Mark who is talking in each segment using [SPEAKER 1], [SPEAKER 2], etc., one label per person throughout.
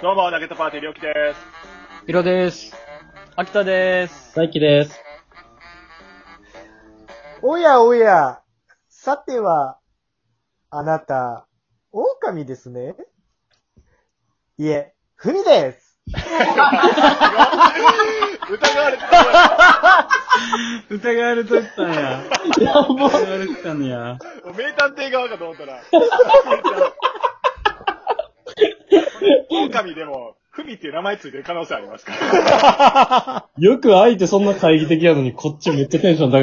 [SPEAKER 1] どうも、ナゲットパーティーりょうきです。
[SPEAKER 2] ひろです。
[SPEAKER 3] 秋田です。
[SPEAKER 2] 大輝です。
[SPEAKER 4] おやおや、さては、あなた、狼ですねいえ、ふみです。
[SPEAKER 1] 疑われてた。
[SPEAKER 2] 疑われとったんや。 疑われてたんや。
[SPEAKER 1] 名探偵側かと思ったら。狼でも、ふみっていう名前ついてる可能性ありますから。
[SPEAKER 5] よく相手そんな懐疑的やのに、こっちめっちゃテンション高 い。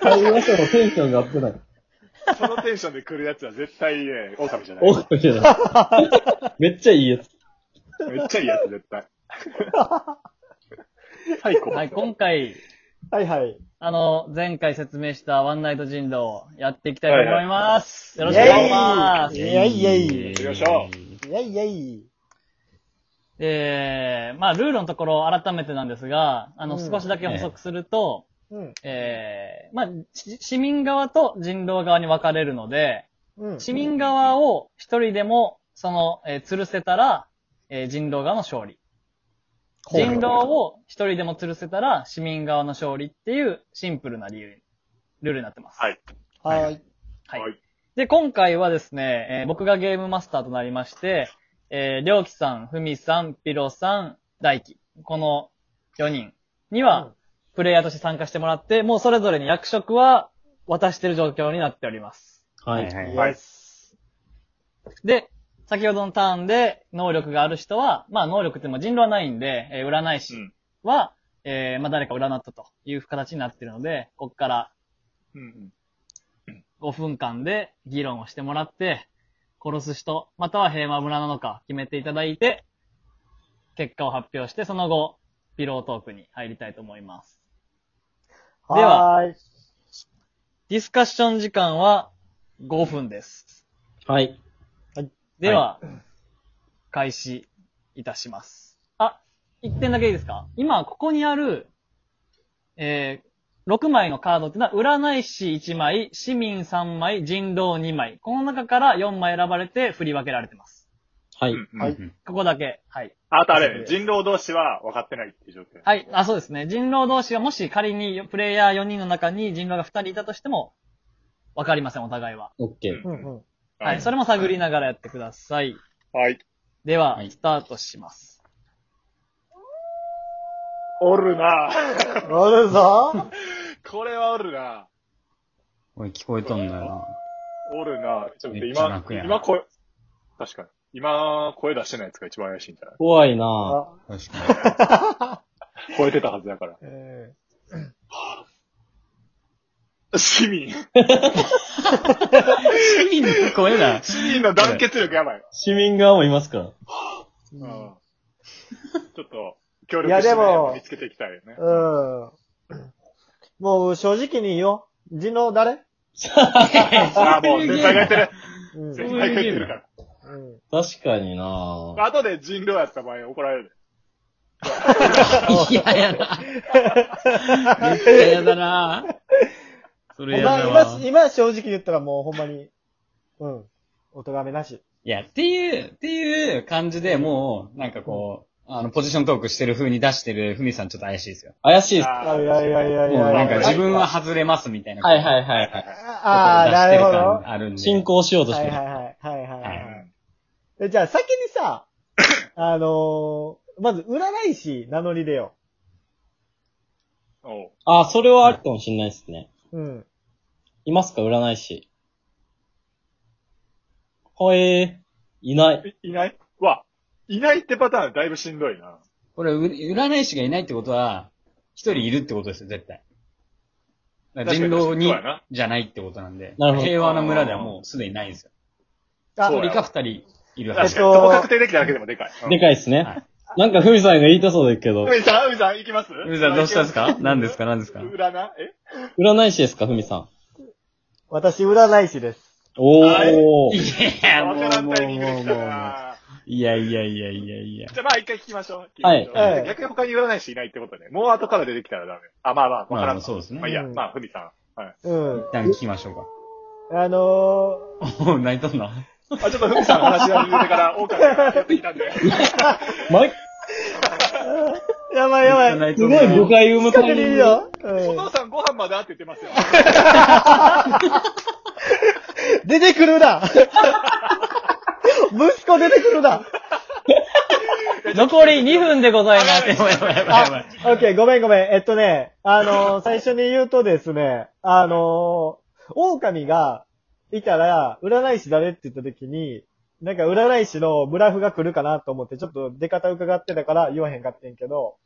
[SPEAKER 5] 会話者のテンションがアップない。
[SPEAKER 1] そのテンションで来るやつは絶対ね、狼じゃない
[SPEAKER 5] お。かしいな。めっちゃいいやつ。
[SPEAKER 1] めっちゃいいやつ、絶対。最高。
[SPEAKER 3] はい、今回、
[SPEAKER 4] はいはい。
[SPEAKER 3] あの、前回説明したワンナイト人狼をやっていきたいと思います。
[SPEAKER 4] はいはい
[SPEAKER 3] よろしくお願いします
[SPEAKER 4] イ。エイイエイ
[SPEAKER 1] 行きましょ
[SPEAKER 4] いやいやい。
[SPEAKER 3] えー、まあ、ルールのところを改めてなんですが、あの、
[SPEAKER 4] うん
[SPEAKER 3] 少しだけ補足すると、
[SPEAKER 4] うん、
[SPEAKER 3] えー、まあ、し市民側と人狼側に分かれるので、
[SPEAKER 4] うん。
[SPEAKER 3] 市民側を一人でも、その、えー吊るせたら、えー人狼側の勝利。
[SPEAKER 5] ほう
[SPEAKER 3] 人狼を一人でも吊るせたら、市民側の勝利っていうシンプルな理由、ルールになってます。
[SPEAKER 1] はい
[SPEAKER 4] はい。
[SPEAKER 1] う。
[SPEAKER 3] はいで、今回はですね、えー僕がゲームマスターとなりまして、えー、りょうきさん、ふみさん、ピロさん、大輝、この4人に
[SPEAKER 4] う
[SPEAKER 3] は
[SPEAKER 4] ん、
[SPEAKER 3] プレイヤーとして参加してもらって、もうそれぞれに役職は渡してる状況になっております。
[SPEAKER 5] はい。
[SPEAKER 2] は
[SPEAKER 1] はい
[SPEAKER 4] イエス
[SPEAKER 3] で、先ほどのターンで能力がある人は、まあ能力っても人狼はないんで、えー占い
[SPEAKER 1] う
[SPEAKER 3] 師
[SPEAKER 1] ん
[SPEAKER 3] は、えーまあ誰か占ったという形になっているので、こっから
[SPEAKER 1] うん
[SPEAKER 3] 5分間で議論をしてもらって、殺す人、または平和村なのか決めていただいて、結果を発表して、その後、ピロートークに入りたいと思います。では
[SPEAKER 4] はーい。
[SPEAKER 3] ディスカッション時間は5分です。
[SPEAKER 5] はい。
[SPEAKER 3] では、開始いたします。あ、一点だけいいですか今、ここにある、えー、6枚のカードってのは、占い師1枚、市民3枚、人狼2枚。この中から4枚選ばれて振り分けられてます。
[SPEAKER 5] はい。
[SPEAKER 1] うん。
[SPEAKER 4] は
[SPEAKER 1] はいい。
[SPEAKER 3] ここだけ。はい。
[SPEAKER 1] あとあれ、人狼同士は分かってないっていう状況。
[SPEAKER 3] はい。あ、そうですね。人狼同士はもし仮にプレイヤー4人の中に人狼が2人いたとしても、わかりません、お互いは。
[SPEAKER 5] オッケー。
[SPEAKER 4] うんうん。
[SPEAKER 3] はい。それも探りながらやってください。
[SPEAKER 1] はい。
[SPEAKER 3] では
[SPEAKER 5] は、い
[SPEAKER 3] スタートします。
[SPEAKER 1] おるなぁ
[SPEAKER 4] おるぞ。
[SPEAKER 1] これはおるな
[SPEAKER 2] おい、聞こえとんだよ
[SPEAKER 1] ぁおるなぁちょっと待って
[SPEAKER 2] めっちゃ
[SPEAKER 1] 今
[SPEAKER 2] 楽、やな
[SPEAKER 1] 今声、確かに。今、声出してないやつが一番怪しいんじゃない
[SPEAKER 5] 怖いな
[SPEAKER 4] あ
[SPEAKER 2] な。確か
[SPEAKER 1] 超えてたはずだから。
[SPEAKER 4] え
[SPEAKER 1] 市民。
[SPEAKER 2] に。意味の声だ。
[SPEAKER 1] 市民の団結力やばい。
[SPEAKER 5] 市民側もいますから。
[SPEAKER 1] う
[SPEAKER 4] ー
[SPEAKER 1] ん。ち
[SPEAKER 4] うん
[SPEAKER 1] ょっと、協力
[SPEAKER 4] いや
[SPEAKER 1] して
[SPEAKER 4] で
[SPEAKER 1] ね
[SPEAKER 4] も
[SPEAKER 1] 見つけていきたいよね。
[SPEAKER 4] うん。もう正直に言おう。人狼誰
[SPEAKER 1] ああ、もう先輩がやってる。
[SPEAKER 4] うん。
[SPEAKER 1] 先輩がやってるか
[SPEAKER 4] うん。
[SPEAKER 5] 確かにな
[SPEAKER 1] ら。後で人狼やった場合怒られる。
[SPEAKER 2] 嫌やな。めっちゃ嫌だな。そ
[SPEAKER 4] お
[SPEAKER 2] れ
[SPEAKER 4] 前
[SPEAKER 2] 嫌だ
[SPEAKER 4] 今
[SPEAKER 2] わ、。
[SPEAKER 4] 今正直言ったらもうほんまに、うん。お咎めなし。
[SPEAKER 2] いや、っていう、っていう感じでもう、なんかこう、あの、ポジショントークしてる風に出してるふみさんちょっと怪しいですよ。
[SPEAKER 5] 怪しいっす。
[SPEAKER 1] あ
[SPEAKER 4] あ
[SPEAKER 1] ー
[SPEAKER 4] いやいやいやい
[SPEAKER 2] もう
[SPEAKER 4] や。
[SPEAKER 2] なんか自分は外れますみたいな。
[SPEAKER 5] はい
[SPEAKER 2] い。
[SPEAKER 5] はいはいはい。
[SPEAKER 4] ああ、なるほど。
[SPEAKER 2] あるんで。
[SPEAKER 5] 進行しようとし
[SPEAKER 4] は
[SPEAKER 5] て
[SPEAKER 4] い
[SPEAKER 5] る。
[SPEAKER 4] はいはい。はいはいは
[SPEAKER 2] はいい。
[SPEAKER 4] えじゃあ先にさ、 あのー、まず占い師名乗り出よ
[SPEAKER 1] おう
[SPEAKER 5] あ、それはあるかもしれないですね。
[SPEAKER 4] う。うん。
[SPEAKER 5] いますか占い師。ほえー。いない。
[SPEAKER 1] いいないわ、いないってパターンだいぶしんどいな。
[SPEAKER 2] これ、う占い師がいないってことは、一人いるってことですよ、絶対。だから人狼
[SPEAKER 1] 確かに
[SPEAKER 2] に
[SPEAKER 1] そうやな
[SPEAKER 2] じゃないってことなんで、
[SPEAKER 5] なるほど
[SPEAKER 2] 平和な村ではもうすでにないんですよ。
[SPEAKER 4] あ、
[SPEAKER 1] そう
[SPEAKER 2] 一
[SPEAKER 1] や
[SPEAKER 2] 人か二人いるは
[SPEAKER 1] 確
[SPEAKER 2] ず。
[SPEAKER 1] かに、そこ確定できただけでもでかい。
[SPEAKER 5] でかいっす
[SPEAKER 2] は
[SPEAKER 5] ね
[SPEAKER 2] い。
[SPEAKER 5] なんかふみさんが言いたそうだけど。
[SPEAKER 1] 海さん、海さん、行きます
[SPEAKER 2] 海さんどうしたんです か何ですか何ですか
[SPEAKER 1] 占え
[SPEAKER 5] 占い師ですか、ふみさん。
[SPEAKER 4] 私占い師です。
[SPEAKER 5] お
[SPEAKER 1] は
[SPEAKER 5] ー。
[SPEAKER 2] いや、もう、も
[SPEAKER 1] わからんタイミング
[SPEAKER 2] う、も
[SPEAKER 1] で
[SPEAKER 2] う、
[SPEAKER 1] 来
[SPEAKER 2] も
[SPEAKER 1] た
[SPEAKER 2] う。
[SPEAKER 1] ない
[SPEAKER 2] やいやいやいやいや。
[SPEAKER 1] じゃあまあ一回聞きましょう。
[SPEAKER 5] はい
[SPEAKER 1] 聞きましょう
[SPEAKER 4] はい
[SPEAKER 1] 逆に他に占い師いないってことね。もう後から出てきたらダメ。あ、まあまあ、わ
[SPEAKER 2] ま
[SPEAKER 1] か
[SPEAKER 2] あ
[SPEAKER 1] ら
[SPEAKER 2] ま
[SPEAKER 1] ん
[SPEAKER 2] あ、
[SPEAKER 1] わ。
[SPEAKER 2] そうですね。
[SPEAKER 1] まあいいや、
[SPEAKER 4] うん
[SPEAKER 1] まあ、ふみさん。はい。
[SPEAKER 4] うん。
[SPEAKER 2] 一旦聞きましょう
[SPEAKER 4] あの
[SPEAKER 2] か。おう、泣いとんな。
[SPEAKER 1] あ、ちょっとふみさんの話し始めてから、狼がやってきたんで。
[SPEAKER 5] ま、す
[SPEAKER 4] やばいやばい。
[SPEAKER 2] す
[SPEAKER 5] ごい誤解生むタ
[SPEAKER 4] 近くに
[SPEAKER 5] イ
[SPEAKER 4] い
[SPEAKER 5] ミン
[SPEAKER 4] る
[SPEAKER 5] グ。
[SPEAKER 4] よ。
[SPEAKER 1] お
[SPEAKER 4] うん
[SPEAKER 1] 父さんご飯まだって言ってますよ。
[SPEAKER 4] 出てくるな 息子出てくるな
[SPEAKER 3] 残り2分でございます。
[SPEAKER 2] やばいやばいやばいやばい。
[SPEAKER 4] オッケー、ごめんごめん。えっとね、あのー最初に言うとですね、あのー狼がいたら、占い師誰って言った時に、なんか占い師のブラフが来るかなと思って、ちょっと出方伺ってたから言わへんかってんけど、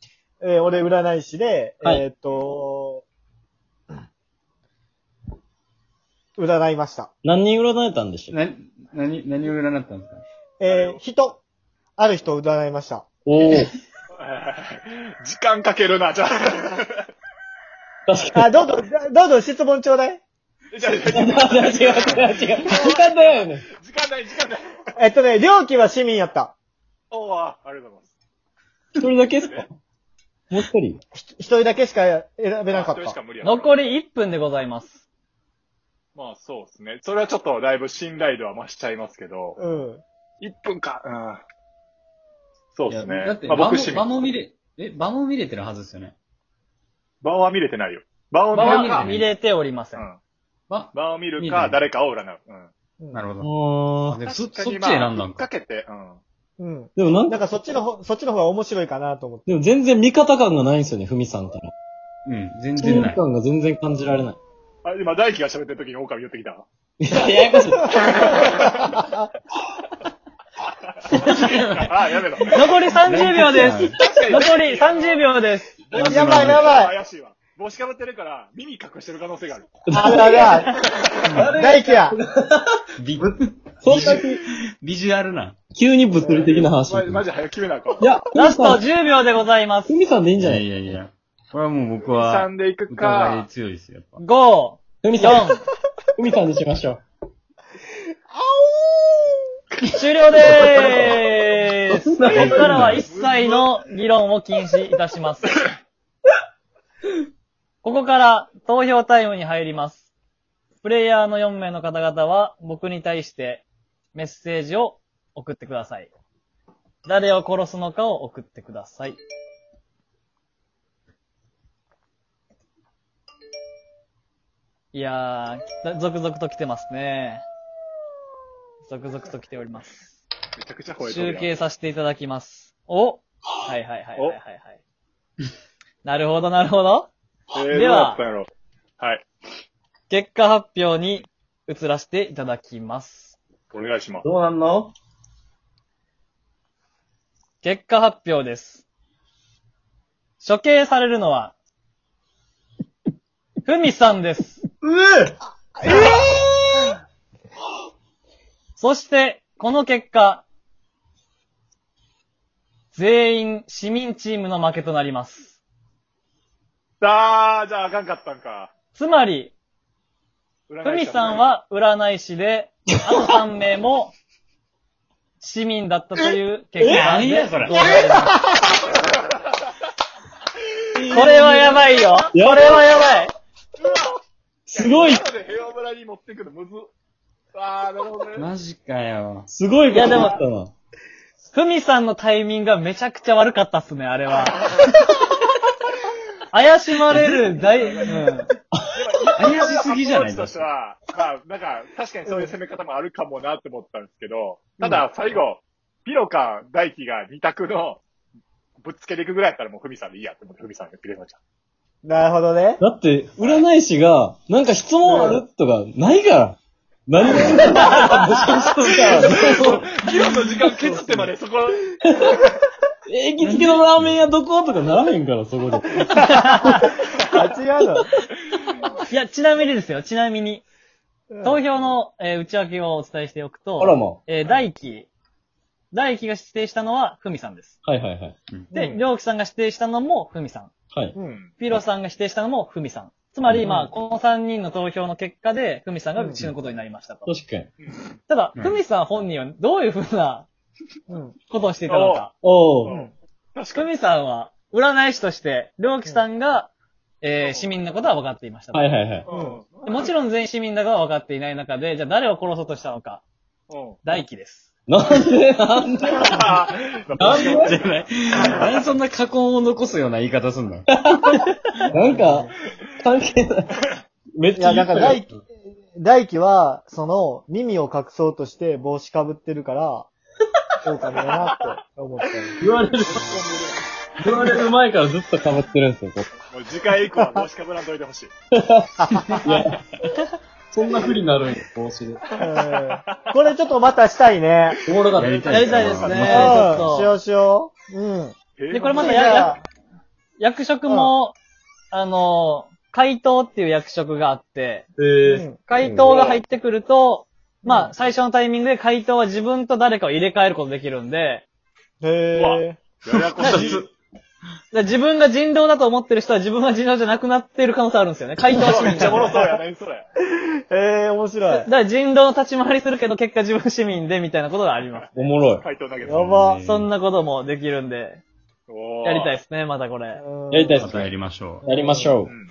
[SPEAKER 4] えー俺占い師で、
[SPEAKER 3] はい
[SPEAKER 4] えーっと、占いました。
[SPEAKER 5] 何人占えたんでしたっけ
[SPEAKER 2] な、何、何を占ったんですか
[SPEAKER 4] えー人。ある人を占いました。
[SPEAKER 5] おー。
[SPEAKER 1] 時間かけるな、じゃ あ。
[SPEAKER 5] 確か
[SPEAKER 4] あ、どうぞ、どうぞ質問ちょうだい。
[SPEAKER 1] じゃあ、時
[SPEAKER 5] に。 違う違う違う違う。時間だよね。
[SPEAKER 1] 間ない、時間ない。
[SPEAKER 4] えっとね、猟奇は市民やった。
[SPEAKER 1] おー、ありがとうございます。
[SPEAKER 5] 一人だけですかもう一人
[SPEAKER 4] ひ一人だけしか選べなかっ
[SPEAKER 1] 一人しか
[SPEAKER 4] た。
[SPEAKER 1] 無理やから
[SPEAKER 3] 残り1分でございます。
[SPEAKER 1] まあそうですね。それはちょっとだいぶ信頼度は増しちゃいますけど、
[SPEAKER 4] うん。
[SPEAKER 1] 1分か。うん。そうです
[SPEAKER 2] いやだっ
[SPEAKER 1] ね
[SPEAKER 2] て、。
[SPEAKER 1] まあ
[SPEAKER 2] 場も
[SPEAKER 1] 僕市、
[SPEAKER 2] 場
[SPEAKER 1] 民。
[SPEAKER 2] も見れ、え、場も見れてるはずですよね。
[SPEAKER 1] 場は見れてないよ。場を見
[SPEAKER 3] 場
[SPEAKER 1] る
[SPEAKER 3] は
[SPEAKER 1] か。
[SPEAKER 3] 見れておりませ。
[SPEAKER 1] うんん。
[SPEAKER 2] 場
[SPEAKER 1] 場を見る
[SPEAKER 2] 見な
[SPEAKER 1] か、
[SPEAKER 2] い
[SPEAKER 1] 誰かを占う。うん。
[SPEAKER 2] なるほど。
[SPEAKER 5] あ
[SPEAKER 2] あでもそ、そっ
[SPEAKER 1] 確
[SPEAKER 2] ち
[SPEAKER 1] かに
[SPEAKER 2] 選ん
[SPEAKER 1] まあ
[SPEAKER 2] だん
[SPEAKER 1] 引っ
[SPEAKER 2] か
[SPEAKER 1] 掛。けて、うん。
[SPEAKER 4] うん。
[SPEAKER 5] でもなん
[SPEAKER 4] な
[SPEAKER 5] か、
[SPEAKER 4] んかそっちの方、そっちの方が面白いかなと思って。
[SPEAKER 5] でも全然味方感がないんですよね、ふみさんから。
[SPEAKER 2] うん、全
[SPEAKER 5] チー
[SPEAKER 2] 然な
[SPEAKER 5] ム
[SPEAKER 2] い。
[SPEAKER 5] 感が全然感じられない。
[SPEAKER 1] あ、今、大輝が喋ってる時に狼寄ってきた。
[SPEAKER 5] いや、ややこしい。
[SPEAKER 1] あ、やめろ。
[SPEAKER 3] 残り30秒です。
[SPEAKER 1] 確かに
[SPEAKER 3] 残り30秒です。
[SPEAKER 4] やばいやばい。
[SPEAKER 1] 怪しいわ。帽子かぶってるから、耳隠してる可能性がある。
[SPEAKER 4] あだだ。 大輝や。
[SPEAKER 2] ビ、
[SPEAKER 5] そんなに
[SPEAKER 2] ビジュアルな。
[SPEAKER 5] 急に物理的な話。
[SPEAKER 1] マジマ
[SPEAKER 5] い
[SPEAKER 1] ジ早く決めなあかん。
[SPEAKER 5] や、
[SPEAKER 3] ラスト10秒でございます
[SPEAKER 5] ふ。みさんでいいん
[SPEAKER 2] い
[SPEAKER 5] じゃな
[SPEAKER 2] や
[SPEAKER 5] い
[SPEAKER 2] いやいや。これはもう僕
[SPEAKER 1] さ
[SPEAKER 2] は、
[SPEAKER 1] んでいく
[SPEAKER 2] 疑い
[SPEAKER 1] か、
[SPEAKER 2] 強いですよ、やっぱ。
[SPEAKER 3] 5、
[SPEAKER 5] ふみさん、
[SPEAKER 3] 4、
[SPEAKER 5] ふみさんにしましょ
[SPEAKER 3] 終了で ーす。ここからは一切の議論を禁止いたします。ここから投票タイムに入ります。プレイヤーの4名の方々は僕に対してメッセージを送ってください。誰を殺すのかを送ってください。いやー、続々と来てますね。続々と来ております。
[SPEAKER 1] めちゃくちゃ吠えて
[SPEAKER 3] 集
[SPEAKER 1] るやん。
[SPEAKER 3] 計させていただきます。おはいはいはいはいはい、はい。 なるほどなるほど。
[SPEAKER 1] えー、どう
[SPEAKER 3] で
[SPEAKER 1] だ
[SPEAKER 3] は
[SPEAKER 1] ったんやろ。はい。
[SPEAKER 3] 結果発表に移らせていただきます。
[SPEAKER 1] お願いします。
[SPEAKER 5] う。どうなんの
[SPEAKER 3] 結果発表です。処刑されるのは、ふみさんです。そして、この結果、全員市民チームの負けとなります。
[SPEAKER 1] あー、じゃああかんかったんか。
[SPEAKER 3] つまり、ふ
[SPEAKER 1] ふ
[SPEAKER 3] みさん、は占い師で、あと3名も市民だったという結果なんで
[SPEAKER 2] ええ何や それ
[SPEAKER 3] ございますこれはやばいよ。これはやばい。
[SPEAKER 5] すごい、
[SPEAKER 1] で平和村に持ってくのむずっ。あー、なるほどね。
[SPEAKER 2] マジかよ。
[SPEAKER 5] すごいことだったな。
[SPEAKER 3] ふみさんのタイミングがめちゃくちゃ悪かったっすね、あれは。怪しまれる大、うん。
[SPEAKER 2] 怪しすぎじゃない
[SPEAKER 1] アプローチとしては、まあ、なんか、確かにそういう攻め方もあるかもなって思ったんですけど、ただ、最後、ピロか大輝が2択の、ぶっつけていくぐらいやったらもうふみさんでいいやって思って、ふみさんがくれました。
[SPEAKER 4] なるほどね。
[SPEAKER 5] だって、占い師が、なんか質問あるとか、ないから。何も言うことないから、募集しとるから。
[SPEAKER 1] 議論の時間削ってまでそこ、
[SPEAKER 5] え、行きつけのラーメン屋どことかならへんから、そこで。
[SPEAKER 4] あ、違うの。
[SPEAKER 3] いや、ちなみにですよ、ちなみに、
[SPEAKER 4] うん
[SPEAKER 3] 投票の、えー内訳をお伝えしておくと、
[SPEAKER 5] あらま。は
[SPEAKER 3] えー大輝、大輝が指定したのはふみさんです。
[SPEAKER 5] いはいはい。
[SPEAKER 3] で、
[SPEAKER 4] うん
[SPEAKER 3] りょうきさんが指定したのもふみさん。
[SPEAKER 5] はい。
[SPEAKER 1] うん。
[SPEAKER 3] ピロさんが指定したのもふみさん。つまり、
[SPEAKER 5] うん
[SPEAKER 3] まあ、この3人の投票の結果で、ふみさんが死ぬことになりましたと。
[SPEAKER 5] 確かに。
[SPEAKER 3] ただ、
[SPEAKER 2] うん
[SPEAKER 3] ふみさん本人はどういうふうな
[SPEAKER 4] うん。
[SPEAKER 3] ことをしていたのか。
[SPEAKER 5] お
[SPEAKER 1] う
[SPEAKER 5] ー。
[SPEAKER 1] ん。確か
[SPEAKER 3] ふ
[SPEAKER 1] に。
[SPEAKER 3] みさんは、占い師として、りょうきさんが、えー市民のことは分かっていましたと。
[SPEAKER 5] はいはいはい。
[SPEAKER 1] うん
[SPEAKER 3] もちろん全員市民だが分かっていない中で、じゃあ誰を殺そうとしたのか。
[SPEAKER 1] うん。
[SPEAKER 3] 大輝です。
[SPEAKER 5] なんでなんで
[SPEAKER 1] なんで
[SPEAKER 2] じゃない。なんでそんな過根を残すような言い方すんの
[SPEAKER 5] なんか、関係ない。めっ
[SPEAKER 4] い
[SPEAKER 5] ちゃ
[SPEAKER 4] や、だ
[SPEAKER 5] 言った
[SPEAKER 4] か
[SPEAKER 5] よ
[SPEAKER 4] ら大輝、大輝は、その、耳を隠そうとして帽子かぶってるから、狼だなって思ったよ。
[SPEAKER 5] 言われる、言われる前からずっと被ってるんですよ、こ
[SPEAKER 1] もう次回以降は帽子かぶらんといて ほしい。
[SPEAKER 5] ういや、そんな不利になるんよ、帽子で。
[SPEAKER 4] うんこれちょっとまたしたいね。
[SPEAKER 5] おもろかった。
[SPEAKER 2] やりた
[SPEAKER 3] やりたいですね。
[SPEAKER 4] うん。
[SPEAKER 2] え
[SPEAKER 4] し
[SPEAKER 2] ー
[SPEAKER 3] ちょっと
[SPEAKER 4] ようしよう。うん。
[SPEAKER 1] え
[SPEAKER 3] でこれまた
[SPEAKER 4] じ
[SPEAKER 3] や
[SPEAKER 4] ゃあ
[SPEAKER 3] 役職も、あの、怪盗っていう役職があって、
[SPEAKER 5] え
[SPEAKER 4] う
[SPEAKER 5] ー
[SPEAKER 4] ん
[SPEAKER 3] 怪盗が入ってくると、
[SPEAKER 4] うん
[SPEAKER 3] まあ、最初のタイミングで怪盗は自分と誰かを入れ替えることできるんで、
[SPEAKER 1] うわ
[SPEAKER 4] へ
[SPEAKER 1] ややこ しい。
[SPEAKER 3] で自分が人狼だと思ってる人は自分は人狼じゃなくなっている可能性あるんですよ ね。怪盗は市
[SPEAKER 1] め
[SPEAKER 3] 民
[SPEAKER 1] っちゃおもろそうや。何それ。
[SPEAKER 4] え。ええ、面白い。
[SPEAKER 3] だから人狼の立ち回りするけど、結果自分市民で、みたいなことがあります。
[SPEAKER 5] おもろい。
[SPEAKER 1] 回答投げて。
[SPEAKER 4] やば。
[SPEAKER 3] そんなこともできるんで、
[SPEAKER 1] おー
[SPEAKER 3] やりたいですね、またこれ。
[SPEAKER 4] うん
[SPEAKER 5] やりたいで
[SPEAKER 2] ますたや
[SPEAKER 5] ね。
[SPEAKER 2] りましょ
[SPEAKER 5] やりましょ
[SPEAKER 1] うん